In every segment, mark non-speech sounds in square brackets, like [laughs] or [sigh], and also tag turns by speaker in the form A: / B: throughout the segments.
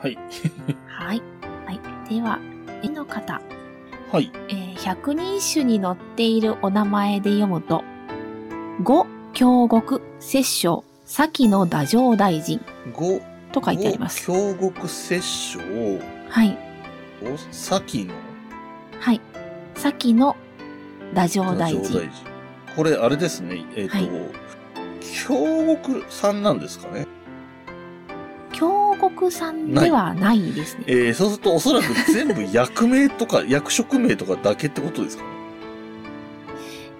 A: はい。
B: はい。はい。では、絵の方。
A: はい。
B: えー百人一首に載っているお名前で読むと、五、京極、摂政、先の太政大臣
A: 五
B: と書いてあります。
A: 京極摂政
B: はい。
A: を、先の
B: はい。先の太政大
A: 大臣
B: 臣。
A: これ、あれですね。えっ、と、
B: はい
A: 京極さんなんですかね。
B: 京極さんではないですね。
A: えー、そうするとおそらく全部役名とか [laughs] 役職名とかだけってことですかね。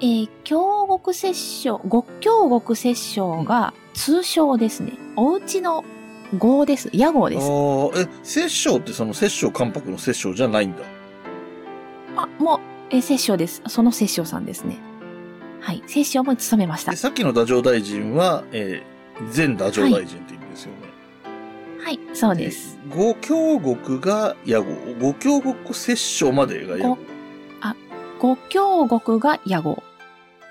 B: えー京極摂政、五京極摂政が通称ですね。お家の号です。屋号
A: あ
B: です。
A: あ、え、摂政ってその摂政関白の摂政じゃないんだ。
B: あ、もう、えー、摂政です。その摂政さんですね。はい。摂政も務めました
A: で、。さっきの太政大臣は、えー、前太政大臣って意味ですよね。
B: はい、そうです。
A: えー。五京国が屋号、五京国摂政までが屋号
B: 五。五京国が屋号。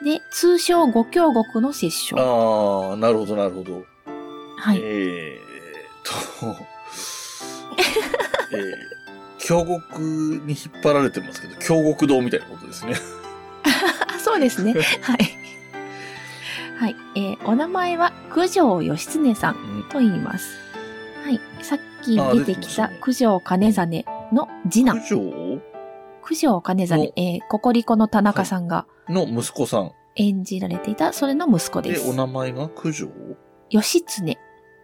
B: で、通称五京国の摂政。
A: ああ、なるほど、なるほど。
B: はい。
A: えーっと、 [laughs] えー、京国に引っ張られてますけど、京国堂みたいなことですね。
B: あそうで
A: [laughs]
B: すね。はい。はい。えーお名前は九条義経さんと言います。はい。さっき
A: あ
B: 出て
A: 出てきま
B: き
A: した
B: た
A: ね
B: 九条兼実の次男、
A: 九条
B: 九条兼実、えーココリコの田中さんが
A: の息子さん。
B: 演じられていた、それの息子で
A: で、
B: す
A: お。名前が九条
B: 義経。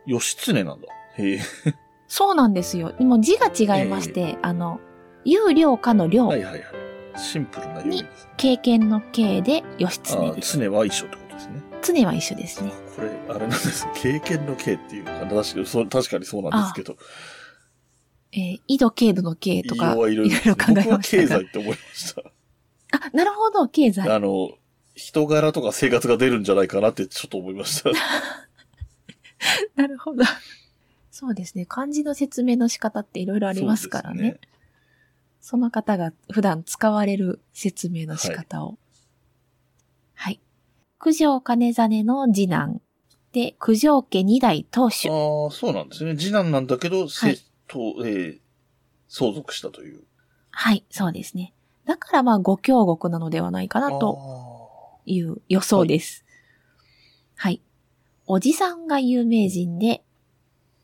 A: 義経なんだ。へえ。
B: そうなんですよ。でも字が違いまして、
A: え
B: あの、有料かの量、
A: はいはいはい。シンプルな読みですね。
B: 経験の経で義
A: あ
B: 経
A: ー
B: です。
A: 常は一緒ってことですね。
B: 常は一緒ですね。
A: これ、あれなんです。 [laughs] 経験の経っていうか、確かにそう確かにそうなんですけど。
B: えー、緯度経度の経と
A: 言い
B: か、
A: ようはいい
B: ろ
A: ろ
B: い
A: い
B: ろ
A: ろ
B: 考
A: ですね僕
B: え
A: は
B: まし
A: 経
B: たが
A: 済。って思いました。
B: あ、なるほど、経済。
A: あの、人柄とか生活が出るんじゃないかなってちょっと思いました。
B: なるほど。 [laughs] そうですね。漢字の説明の仕方っていろいろ [laughs] ありますからね。そ
A: そうです
B: の方が普段使われる説明の仕方を。はい。九条兼実の次男で、九条家二代当主。
A: ああ、そうなんですね。次男なんだけど、
B: はい
A: せと、えー相続したという。
B: はい、そうですね。だからまあ、五京国なのではないかなという予想です。はい。おじさんが有名人で、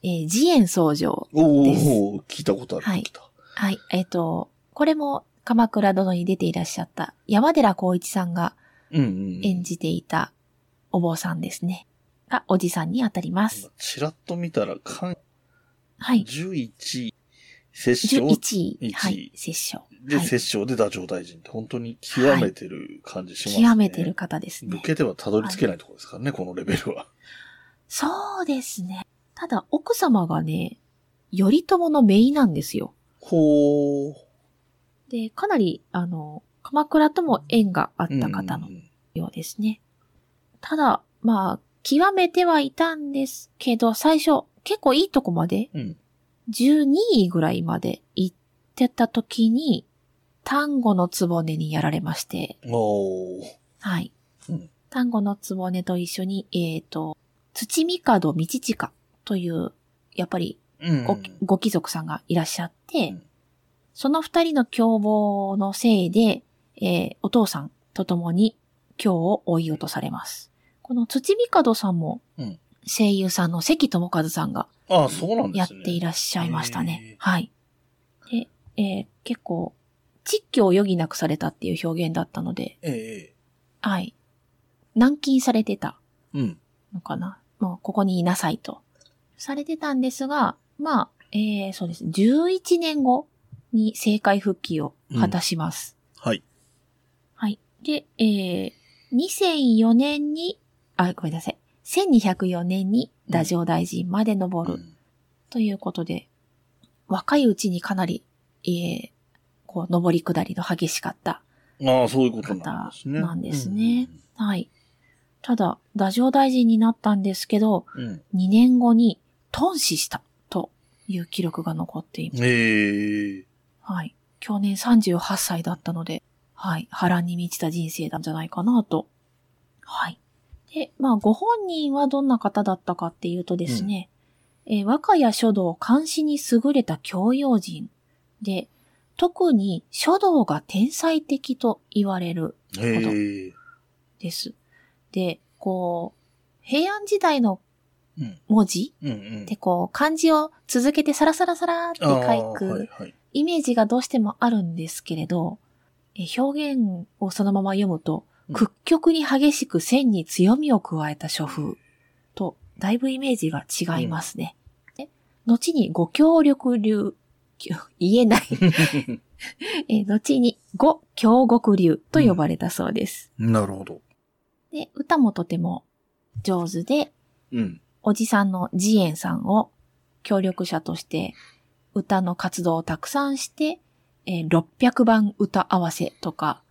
B: えー、慈円僧正。
A: あー。
B: です
A: おお、聞いたことある。
B: はい
A: 聞いた
B: はい、えっ、と、これも鎌倉殿に出ていらっしゃった山寺宏一さんが
A: うんうんう
B: 演
A: ん。
B: じていたお坊さんですね。がおじさんにあたります。
A: ちらっと見たら、関
B: はい。
A: 11位、摂
B: 11
A: 政
B: 位。
A: 一位
B: はい。摂政。
A: で、
B: はい
A: 摂政で太政大臣って本当に極めてる感じしますね。
B: 極めてる。方ですね
A: 抜。けてはたどり着けないところですからね、このレベルは。
B: そうですね。ただ、奥様がね、頼朝の姪なんですよ。 [laughs]
A: ほう。
B: で、かなり、あの、鎌倉とも縁があった方の
A: うんうんうん
B: ようですね。ただ、まあ、極めてはいたんですけど、最初、結構いいとこまで、
A: うん
B: 12位ぐらいまで行ってた時に、丹後のつぼねにやられまして、
A: おー。
B: はい。
A: うん
B: 丹後のつぼねと一緒に、えっ、と、土見門道親という、やっぱり
A: うん
B: ご,、ご貴族さんがいらっしゃって、
A: うん
B: その二人の凶暴のせいで、えーお父さんと共に京を追い落とされます。この土見門さんも、
A: うん
B: 声優さんの関智一さんが
A: ああ、そうなんで
B: やっ
A: すね。
B: ていらっしゃいました
A: へ
B: ね。
A: ー
B: はい。で、えー結構、窒居を余儀なくされたっていう表現だったので、
A: ええ
B: はい。軟禁されてた
A: ええうん。
B: のかな。もうここにいなさいと。されてたんですが、まあ、えー、そうです。11年後に政界復帰を果たします。
A: はい。
B: はい。で、えー、2004年に、あ、ごめんなさい。1204年に太政大臣まで登るということで、若いうちにかなり、えー、こう、上り下りの激しかった
A: ああ、そういうことなんですね。
B: 方なんですねはい。ただ、太政大臣になったんですけど、
A: うん。うん
B: 2年後に頓死したという記録が残っています。
A: ええ
B: はい。去年38歳だったので、はい。波乱に満ちた人生なんじゃないかなと。はい。で、まあ、ご本人はどんな方だったかっていうとですね、えー和歌や書道監視に優れた教養人で、特に書道が天才的と言われる
A: へえ。
B: です。で、こう、平安時代の
A: うん。
B: 文字
A: うんうん。
B: ってこう、漢字を続けてサラサラサラーって
A: あー
B: 書
A: は
B: く
A: いはい。
B: イメージがどうしてもあるんですけれど、え表現をそのまま読むと、
A: うん
B: 屈曲に激しく線に強みを加えた書風と、だいぶイメージが違いますね。で後にご協力流、きょ言えない、 [laughs] え後にご強国流と呼ばれたそうです。
A: [laughs] なるほど。
B: で、歌もとても上手で、
A: うん。
B: おじさんのジエンさんを協力者として歌の活動をたくさんして、えー600番歌合わせとか、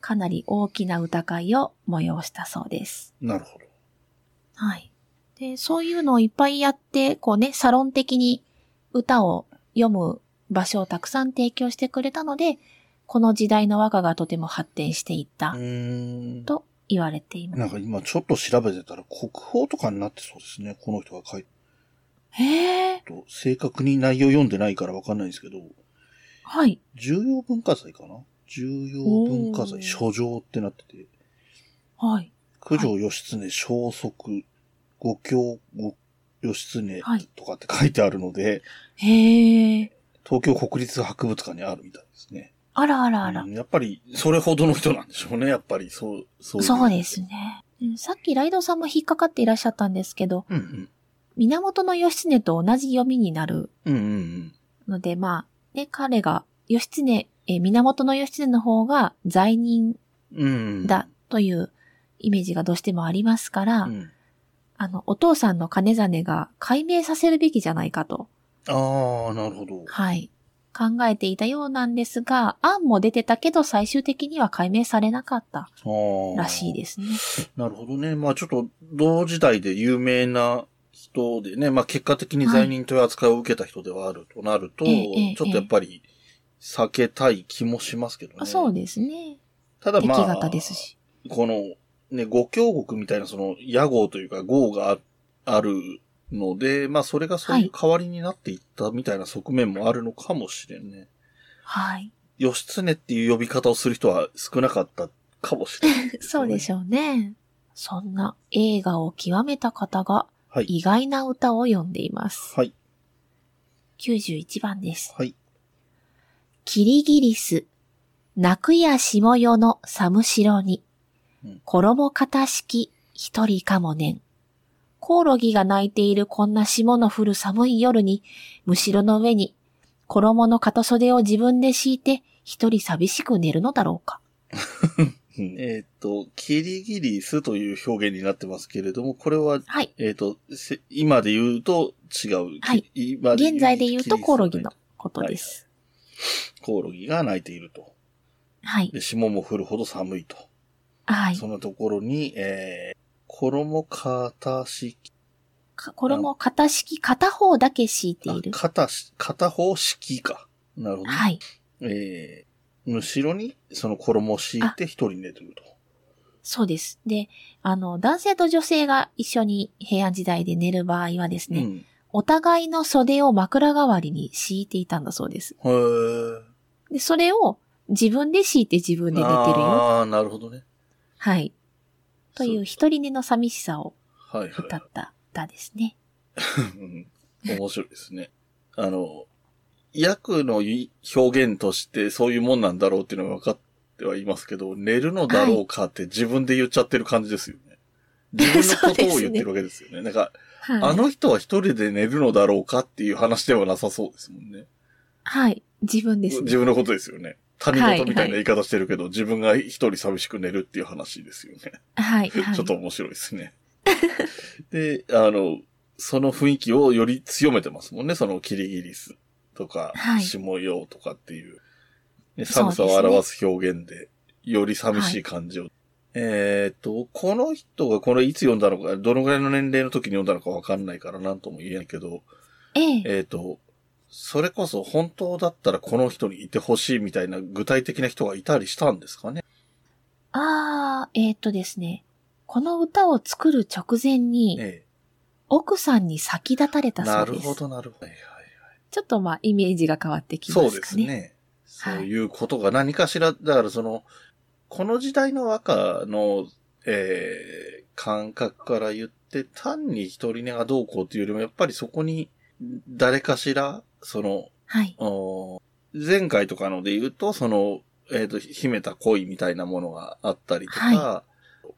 B: かなり大きな歌会を催したそうです。
A: なるほど。
B: はい。で、そういうのをいっぱいやって、こうね、サロン的に歌を読む場所をたくさん提供してくれたので、この時代の和歌がとても発展していった
A: うーん。
B: と言われています。
A: なんか今ちょっと調べてたら国宝とかになってそうですね。この人が書いて
B: へえ、
A: と、正確に内容読んでないからわかんないんですけど、
B: はい。
A: 重要文化財かな重要文化
B: おー
A: 財、書状ってなってて、
B: はい。
A: 九条義経消息、五教五義経
B: はい
A: とかって書いてあるので、
B: へえ、
A: 東京国立博物館にあるみたいですね。
B: あらあらあら
A: う。んやっぱり、それほどの人なんでしょうね。やっぱり、そう、そうい
B: そうです。ね。うんさっきライドさんも引っかかっていらっしゃったんですけど、
A: うんうん。
B: 源義経と同じ読みになる
A: うんうんうん。
B: ので、まあ、ね、彼が、義経、えー源義経の方が罪人
A: うん。
B: だ。というイメージがどうしてもありますから、
A: うん。
B: あの、お父さんの金真が解明させるべきじゃないかと、
A: ああ、なるほど。
B: はい、考えていたようなんですが、案も出てたけど最終的には解明されなかった
A: ああ。
B: らしいですね。
A: なるほどね。まあちょっと、同時代で有名な人でね、まあ結果的に罪人という扱いを受けた人ではあるとなると、
B: ええええ
A: ちょっとやっぱり避けたい気もしますけどね。
B: そうですね。
A: ただ
B: 敵
A: まあ、
B: 方ですし。
A: この、ね、五峡国みたいなその、野号というか号がああるので、まあそれがそういう代わりになっていったみたいな側面もあるのかもしれんね。
B: はい。
A: 義経っていう呼び方をする人は少なかったかもしれない、
B: [laughs] そうでしょうね。そんな映画を極めた方が
A: はい。
B: 意外な歌を読んでいます。
A: はい。
B: 91番です。
A: はい。
B: キリギリス、泣くや下よの寒城に
A: うん、
B: 衣型式一人かもねん。コオロギが鳴いているこんな霜の降る寒い夜に、むしろの上に、衣の片袖を自分で敷いて、一人寂しく寝るのだろうか。
A: うんえっ、と、キリギリスという表現になってますけれども、これは、
B: はい。
A: えっ、と、せ今で言うと違う。
B: はい
A: き。今言う
B: 現在で言うとコオロギの。
A: キ
B: ことです。
A: リスコオロギが鳴いていると。
B: はい。
A: で、霜も降るほど寒いと。
B: はい
A: そ。んなところに、えー、衣片式、
B: か衣を片式、片方だけ敷いている
A: あ。片し、片方式か。なるほどね。
B: はい。
A: えー、むしろに、その衣を敷いて一人寝てると。
B: そうです。で、あの、男性と女性が一緒に平安時代で寝る場合はですね、
A: うん。
B: お互いの袖を枕代わりに敷いていたんだそうです。
A: へー。
B: で、それを自分で敷いて自分で寝てるよ。
A: ああ、なるほどね。
B: はい。という一人寝の寂しさを
A: そう。はい、はい。
B: 歌った歌ですね。
A: うん面白いですね。あの、訳のい表現としてそういうもんなんだろうっていうのは分かってはいますけど、寝るのだろうかって自分で言っちゃってる感じですよね。自分のことを言ってるわけですよね。なんか、あ
B: はい。
A: の人は一人で寝るのだろうかっていう話ではなさそうですもんね。
B: はい。自分ですね
A: 自。分のことですよね。他人事みたいな言い方してるけど、自分が一人寂しく寝るっていう話ですよね。
B: はい。はい
A: ちょっと面白いですね。 [laughs] で、あの、その雰囲気をより強めてますもんね。そのキリギリスとか、
B: はい
A: 下よとかっていう、ね
B: そ
A: 寒
B: うですね
A: さを表す表現で、より寂しい感じを。えーっと、この人がこれいつ読んだのか、どのぐらいの年齢の時に読んだのかわかんないから何とも言えないけど、
B: ええ。
A: えーっと、それこそ本当だったらこの人にいてほしいみたいな具体的な人がいたりしたんですかね。
B: あー、えーっとですね。この歌を作る直前に、
A: え
B: 奥さんに先立たれたそ
A: な
B: う
A: る
B: です。
A: ほど、なるほど。はいはい
B: ちょっとまあ、イメージが変わってきますか
A: そ
B: ね。
A: うです。ね。そういうことが何かしら、だからその、この時代の和歌の、えー感覚から言って、単に一人根がどうこうっていうよりも、やっぱりそこに、誰かしら、その、
B: はい。
A: おー前回とかので言うと、その、えっ、と、秘めた恋みたいなものがあったりとか、
B: は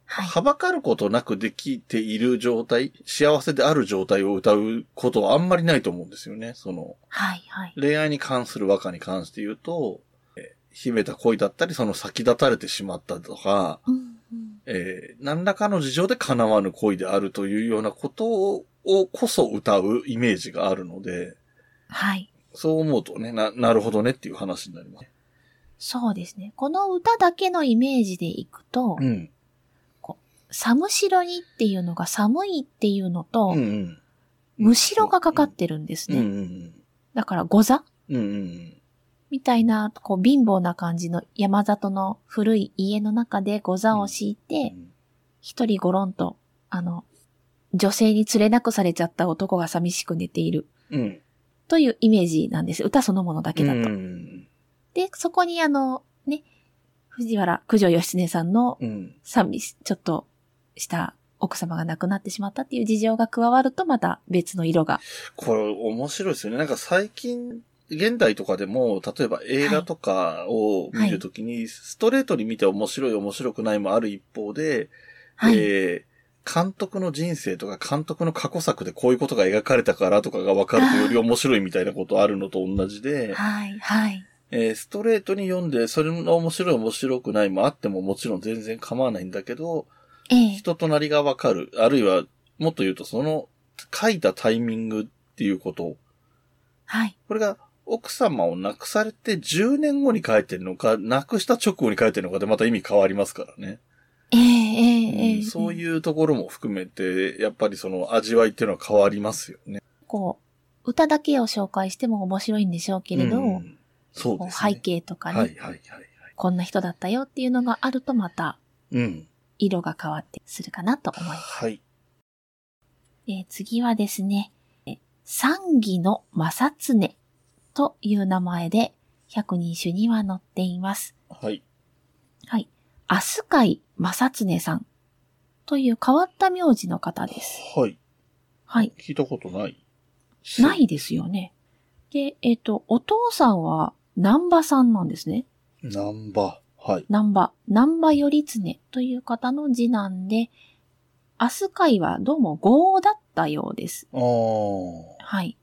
B: はい。
A: はばかることなくできている状態、幸せである状態を歌うことはあんまりないと思うんですよね。その、
B: はい。はい。
A: 恋愛に関する和歌に関して言うと、えー秘めた恋だったり、その先立たれてしまったとか、
B: うんうん
A: えー何らかの事情で叶わぬ恋であるというようなことををこそ歌うイメージがあるので、
B: はい。
A: そう思うとね、な、なるほどねっていう話になります。
B: そうですね。この歌だけのイメージでいくと、
A: うん。
B: 寒城にっていうのが寒いっていうのと、
A: うんうん。
B: むしろがかかってるんです
A: うんう
B: ね。
A: んうん。
B: だから、ござ
A: うんうんうん。
B: みたいな、こう、貧乏な感じの山里の古い家の中でござを敷いて、一人ごろんと、あの、女性に連れなくされちゃった男が寂しく寝ている。
A: うん。
B: というイメージなんです。歌そのものだけだと。
A: うん。
B: で、そこにあの、ね、藤原九条義経さんの
A: うん。
B: 寂し、ちょっとした奥様が亡くなってしまったっていう事情が加わるとまた別の色が。
A: これ面白いですよね。なんか最近、現代とかでも、例えば映画とかを見るときに、ストレートに見て面白い面白くないもある一方で、
B: はい。
A: えー監督の人生とか監督の過去作でこういうことが描かれたからとかが分かるとより面白いみたいなことあるのと同じで、
B: はい、はい。
A: えーストレートに読んで、それの面白い面白くないもあってももちろん全然構わないんだけど、
B: ええ
A: 人となりがわかる。あるいは、もっと言うとその書いたタイミングっていうこと。
B: はい。
A: これが奥様を亡くされて10年後に書いてるのか、亡くした直後に書いてるのかでまた意味変わりますからね。
B: ええええええ
A: そういうところも含めて、やっぱりその味わいっていうのは変わりますよね。
B: こう、歌だけを紹介しても面白いんでしょうけれど、
A: うんそう
B: こう
A: ですね。
B: 背景とかね、
A: はいはいはいはい。
B: こんな人だったよっていうのがあるとまた
A: うん。
B: 色が変わってするかなと思います。
A: はい。
B: えー次はですね、え三義の正常という名前で百人種には載っています。
A: はい。
B: はい。明日海正常さんという変わった名字の方です。
A: はい。
B: はい。
A: 聞いたことない。。
B: ないいですよね。で、えっ、と、お父さんは南波さんなんですね。
A: ナンバー。はい。
B: 南波、南波頼常という方の次男で、明日海はどうも豪だったようです。
A: ああ。
B: はい。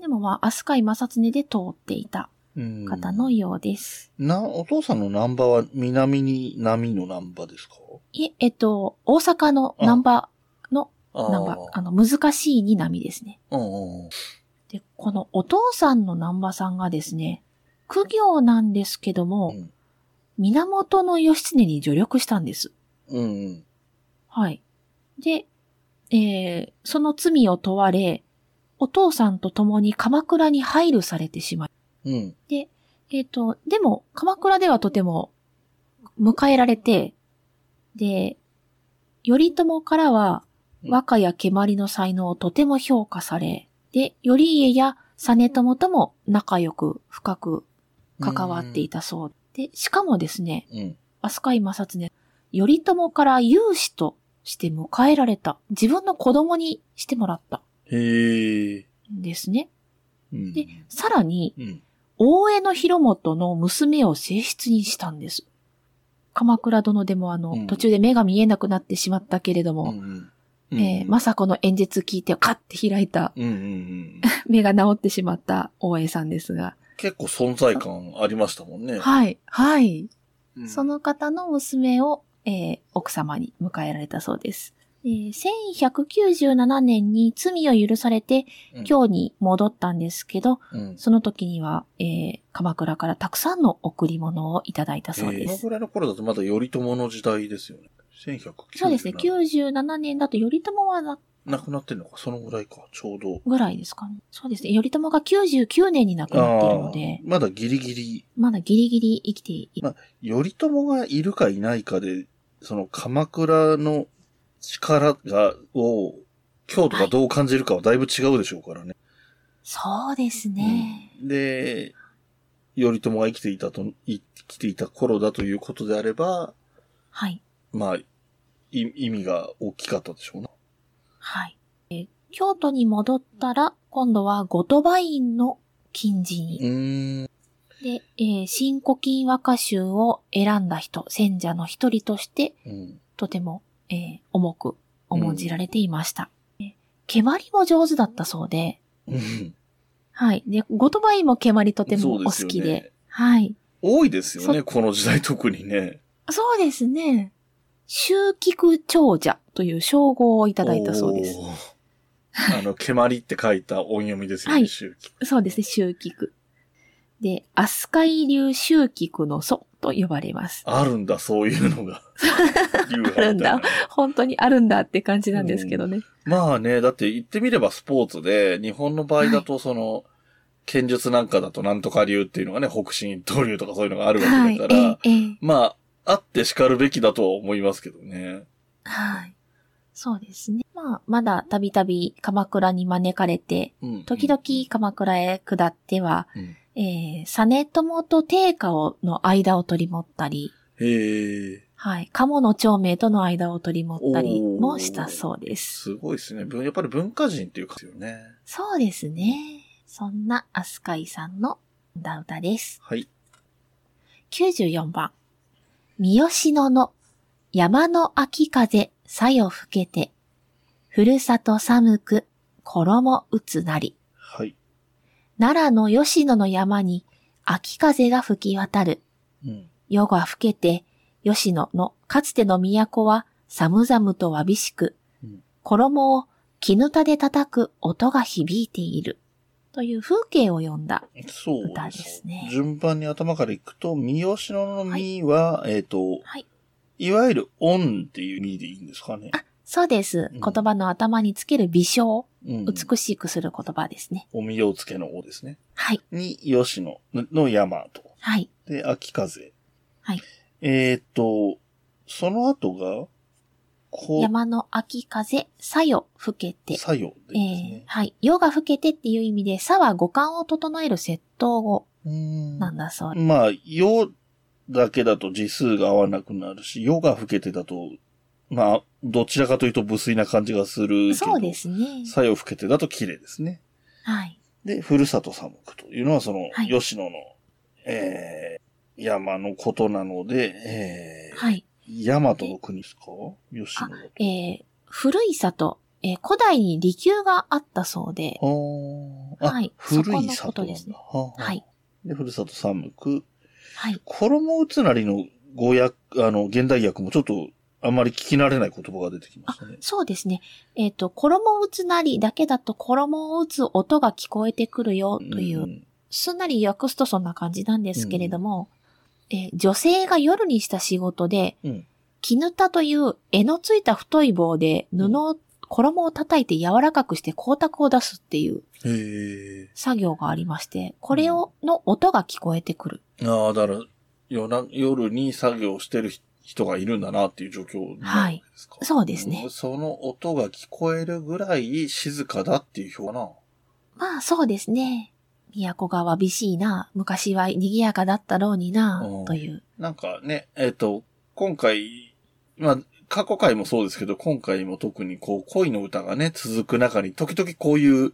B: でもまあ、明日海正常で通っていた
A: うん
B: 方のようです。
A: な、お父さんのナンバーは南に波のナンバーですか
B: いえ、えっと、大阪のナンバーの、
A: あ
B: ナンバー、あの、難しいに波ですね。
A: うんうんうん。
B: で、このお父さんのナンバさんがですね、苦行なんですけども、
A: うん
B: 源の義経に助力したんです。
A: うんうん。
B: はい。で、えー、その罪を問われ、お父さんと共に鎌倉に配慮されてしまい、
A: うん。
B: えっ、と、でも、鎌倉ではとても迎えられて、で、頼朝からは
A: うん
B: 和歌や蹴鞠の才能をとても評価され、で、頼家や実朝とも仲良く深く関わっていたそうで、しかもですね、
A: うん。
B: 飛鳥井正常、頼朝から有志として迎えられた。自分の子供にしてもらった
A: へえ。
B: んですね。
A: うん
B: で、さらに、
A: うん。
B: 大江の広元の娘を正室にしたんです。鎌倉殿でもあの、
A: うん
B: 途中で目が見えなくなってしまったけれど
A: う
B: も、
A: んうん。
B: えー政子の演説聞いてカッて開いた、 [laughs]
A: うんうんうん。
B: 目が治ってしまった大江さんですが。
A: 結構存在感ありましたもんね。
B: はい、はい。
A: うん
B: そ、の方の娘を、えー奥様に迎えられたそうです。えー1197年に罪を許されて
A: うん、
B: 京に戻ったんですけど、
A: うん、
B: その時には、えー鎌倉からたくさんの贈り物をいただいたそう
A: えー
B: で
A: この
B: す。
A: ぐらいの頃だとまだ頼朝の時代ですよね。1197
B: そうですね。97年だと頼朝はな
A: 亡くなってんのか、そのぐらいか、ちょうど。
B: ぐらいですかね。そうですね。頼朝が99年に亡くなっているので
A: ー、まだギリギ
B: まだギリギリ生きている。
A: リ、頼朝がいるかいないかで、その鎌倉の力が、を今日とかどう感じるかはだいぶ違うでしょうからね。
B: そうですね。
A: で、頼朝が生きていたと、生きていた頃だということであれば、
B: はい。
A: まあ、い意味が大きかったでしょうな。
B: はい。えー京都に戻ったら、今度は後鳥羽院の金寺に。
A: うーん。
B: で、えー新古今和歌集を選んだ人、選者の一人として、
A: うん。
B: とても、えー重く重んじられていました。え蹴鞠も上手だったそうで、
A: うん
B: はい。で、後鳥羽院も蹴鞠とてもお好きで、。はい。
A: 多いですよね、
B: そ
A: この時代特にね。
B: そうですね。秋菊長者という称号をいただいたそうです。
A: おー。あの、蹴鞠って書いた音読みですよね、
B: はい
A: 周期。
B: そうですね、秋菊。で、飛鳥流秋菊の祖と呼ばれます。
A: あるんだ、そういうの
B: [laughs]
A: が。流派みたいな
B: あるんだ本当にあるんだって感じなんですけどね。
A: まあね、だって言ってみればスポーツで、日本の場合だとその、剣術なんかだとなんとか流っていうのがね、北進東流とかそういうのがあるわ
B: はい
A: けだから、、
B: ええ、ええ、
A: まあ、あって叱るべきだとは思いますけどね。
B: はい。そうですね。まあ、まだたびたび鎌倉に招かれて、
A: うん。
B: 時々鎌倉へ下っては、
A: うん
B: えー、実朝と定家をの間を取り持ったり、
A: へえ、
B: はい。鴨の長明との間を取り持ったり
A: おー
B: もしたそうです。
A: すごいですね。ぶんやっぱり文化人っていうかですよね。
B: そうですね。そんな飛鳥井さんの歌歌です。
A: はい。
B: 94番。三好野の山の秋風さよ吹けて、ふるさと寒く衣打つなり。
A: はい。
B: 奈良の吉野の山に秋風が吹き渡る。
A: うん。
B: 夜が更けて、吉野のかつての都は寒々とわびしく
A: うん、
B: 衣を絹たで叩く音が響いている。という風景を読んだ。
A: そう
B: 歌ですね
A: 順番に頭からいくと、三好の実は、えっ、と、
B: はい。
A: いわゆる音っていう意味でいいんですかね。
B: そうです。
A: うん
B: 言葉の頭につける微笑。
A: うん。
B: 美しくする言葉ですね。
A: おみようつけの王ですね。
B: はい。
A: に、吉野の山と。
B: はい。
A: で、秋風。
B: はい。
A: えーっと、その後が、こ
B: 山の秋風、さよ吹けて。
A: 作用で
B: え
A: い
B: え
A: いですね。
B: はい。夜が更けてっていう意味で、さは五感を整える窃盗語
A: うーん
B: なんだそうです。
A: まあ、よだけだと字数が合わなくなるし、よが老けてだと、まあ、どちらかというと無粋な感じがするけど。
B: そうですね。
A: 作用老けてだと綺麗ですね。
B: はい。
A: で、ふるさと寒くというのは、その、
B: はい
A: 吉野の、えー、山のことなので、えー
B: はい。
A: 大和の国ですか吉野だと。
B: えー古い里、えー古代に利休があったそうで、
A: あーあ、
B: はい
A: 古い
B: そこのこ
A: 里
B: と
A: なんだ
B: ですね
A: はあはあ
B: はい。
A: で、ふるさと寒く。
B: はい。
A: 衣打つなりの語訳、あの、現代訳もちょっと、あまり聞き慣れない言葉が出てきましたね。
B: そうですね。えっ、と、衣を打つなりだけだと衣を打つ音が聞こえてくるよという、
A: ん
B: すんなり訳すとそんな感じなんですけれども、えー女性が夜にした仕事で、
A: うん
B: 絹たという柄のついた太い棒で布を、衣を叩いて柔らかくして光沢を出すっていう
A: へえ。
B: 作業がありまして、これを、の音が聞こえてくる。
A: ああ、だから、夜な、夜に作業してる人がいるんだなっていう状況になるわけですか、
B: はいそうですね
A: んその音が聞こえるぐらい静かだっていう表かな。
B: まあそうですね。都がわびしいな。昔は賑やかだったろうにな
A: うん。
B: という。
A: なんかね、えっ、と、今回、まあ、過去回もそうですけど、今回も特にこう、恋の歌がね、続く中に、時々こういう、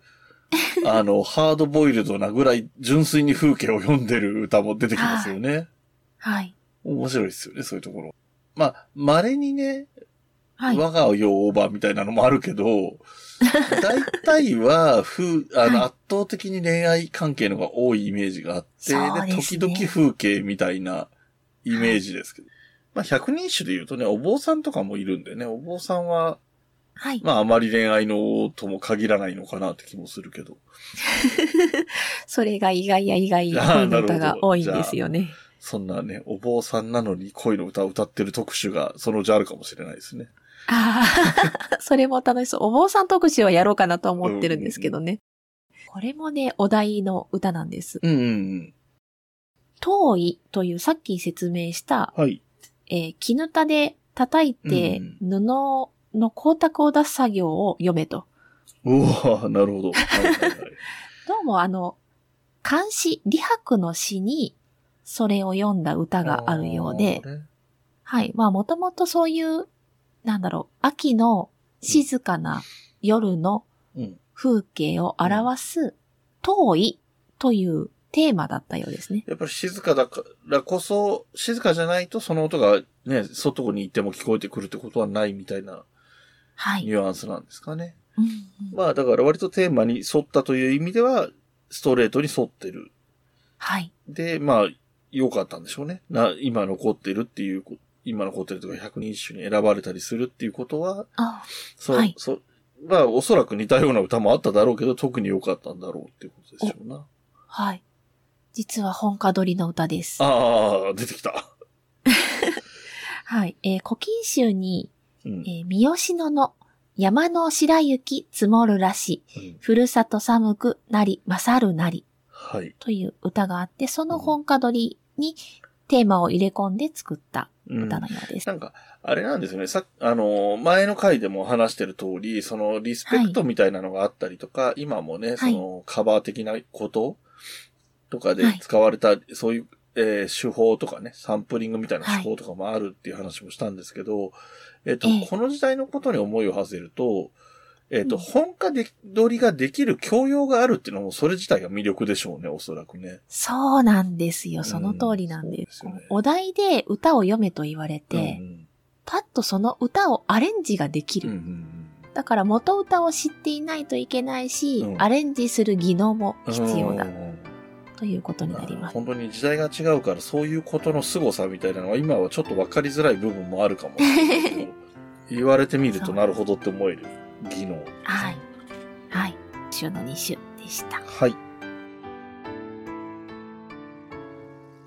A: あの、ハードボイルドなぐらい純粋に風景を読んでる歌も出てきますよね。
B: はい。
A: 面白いですよね、そういうところ。まあ、稀にね、
B: はい。
A: 我が世オーバーみたいなのもあるけ
B: [laughs]
A: ど、大体は、ふ、あの、
B: はい
A: 圧倒的に恋愛関係のが多いイメージがあって、
B: そうです
A: 時
B: ね
A: 々風景みたいなイメージですけど。まあ、百人種で言うとね、お坊さんとかもいるんでね、お坊さんは、
B: はい。
A: まあ、あまり恋愛のとも限らないのかなって気もするけど。
B: それが意外や意外、
A: あー
B: 恋の歌
A: なる
B: が
A: ほど
B: 多いんですよね。
A: そんなね、お坊さんなのに恋の歌を歌ってる特集が、そのうちあるかもしれないですね。
B: ああ、 [laughs] それも楽しそう。お坊さん特集はやろうかなと思ってるんですけどね。これもね、お題の歌なんです。
A: うんうん
B: 遠いというさっき説明した、
A: うん。はい。
B: えー絹たで叩いて
A: うん
B: 布の光沢を出す作業を読めと
A: うわなるほど。はい
B: [laughs]
A: はいはい
B: どうもあの、漢詩、李白の詩に、それを読んだ歌があるようで、。はい。まあ、もともとそういう、なんだろう、秋の静かな夜の
A: うん。
B: 風景を表す、遠いというテーマだったようですね。
A: やっぱり静かだからこそ、静かじゃないとその音がね、外に行っても聞こえてくるってことはないみたいな
B: はい。
A: ニュアンスなんですかね。
B: うんうん
A: まあだから割とテーマに沿ったという意味では、ストレートに沿ってる。
B: はい。
A: で、まあ、良かったんでしょうね。な、今残ってるっていうこ、今残ってるとか100人一首に選ばれたりするっていうことは、
B: あ
A: そう、
B: はい
A: そう、まあおそらく似たような歌もあっただろうけど、特に良かったんだろうっていうことでしょうな。
B: はい。実は本家取りの歌です。
A: ああ、出てきた。
B: はい。えー古今集に、
A: うん。
B: えー三好野の山の白雪積もるらし、
A: うん
B: ふるさと寒くなり、勝るなり
A: はい。
B: という歌があって、その本家取りにテーマを入れ込んで作った
A: うん。
B: 歌
A: な
B: のようです。
A: んか、あれなんですよね。さあの、前の回でも話してる通り、そのリスペクトみたいなのがあったりとか、今もね、そのカバー的なこととかで
B: はい
A: 使われた、そういう、えー手法とかね、サンプリングみたいな手法とかもあるっていう話もしたんですけど、えっ、と、
B: ええ
A: この時代のことに思いを馳せると、えっ、と、
B: うん
A: 本家で取りができる教養があるっていうのも、それ自体が魅力でしょうね、おそらくね。
B: そうなんですよ。その通りなんです。
A: うんそうですよね
B: お題で歌を読めと言われて、
A: うん
B: パッとその歌をアレンジができ
A: うん、
B: る。
A: うんうん
B: だから元歌を知っていないといけないし、
A: うん
B: アレンジする技能も
A: うん。
B: 必要だ
A: うんうんうん
B: ということになります。
A: 本当に時代が違うから、そういうことの凄さみたいなのは、今はちょっと分かりづらい部分もあるかもしれない
B: [laughs]
A: けど言われてみる
B: そ
A: と
B: う
A: なるほどって思える技能。
B: はい。はい。週の2週でした。
A: はい。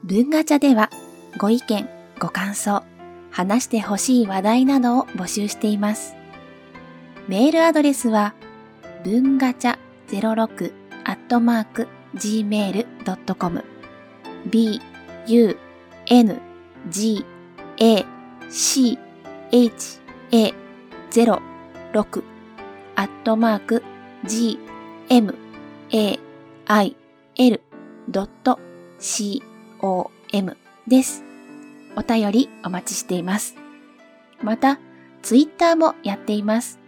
B: 文ガチャではご意見、ご感想、話してほしい話題などを募集しています。メールアドレスは文ガチャ06アットマーク gmail.com b u n g a c h a 06アットマーク g m a i l.com OM です。お便りお待ちしています。また、ツイッターもやっています。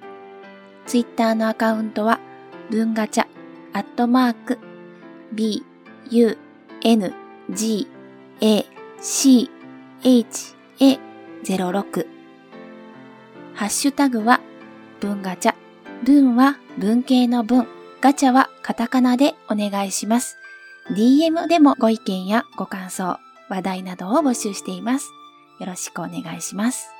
B: ツイッターのアカウントは、文ガチャ、アットマーク、b, u, n, g, a, c, h, a, 06。ハッシュタグは、文ガチャ。文は文系の文、ガチャはカタカナでお願いします。DM でもご意見やご感想、話題などを募集しています。よろしくお願いします。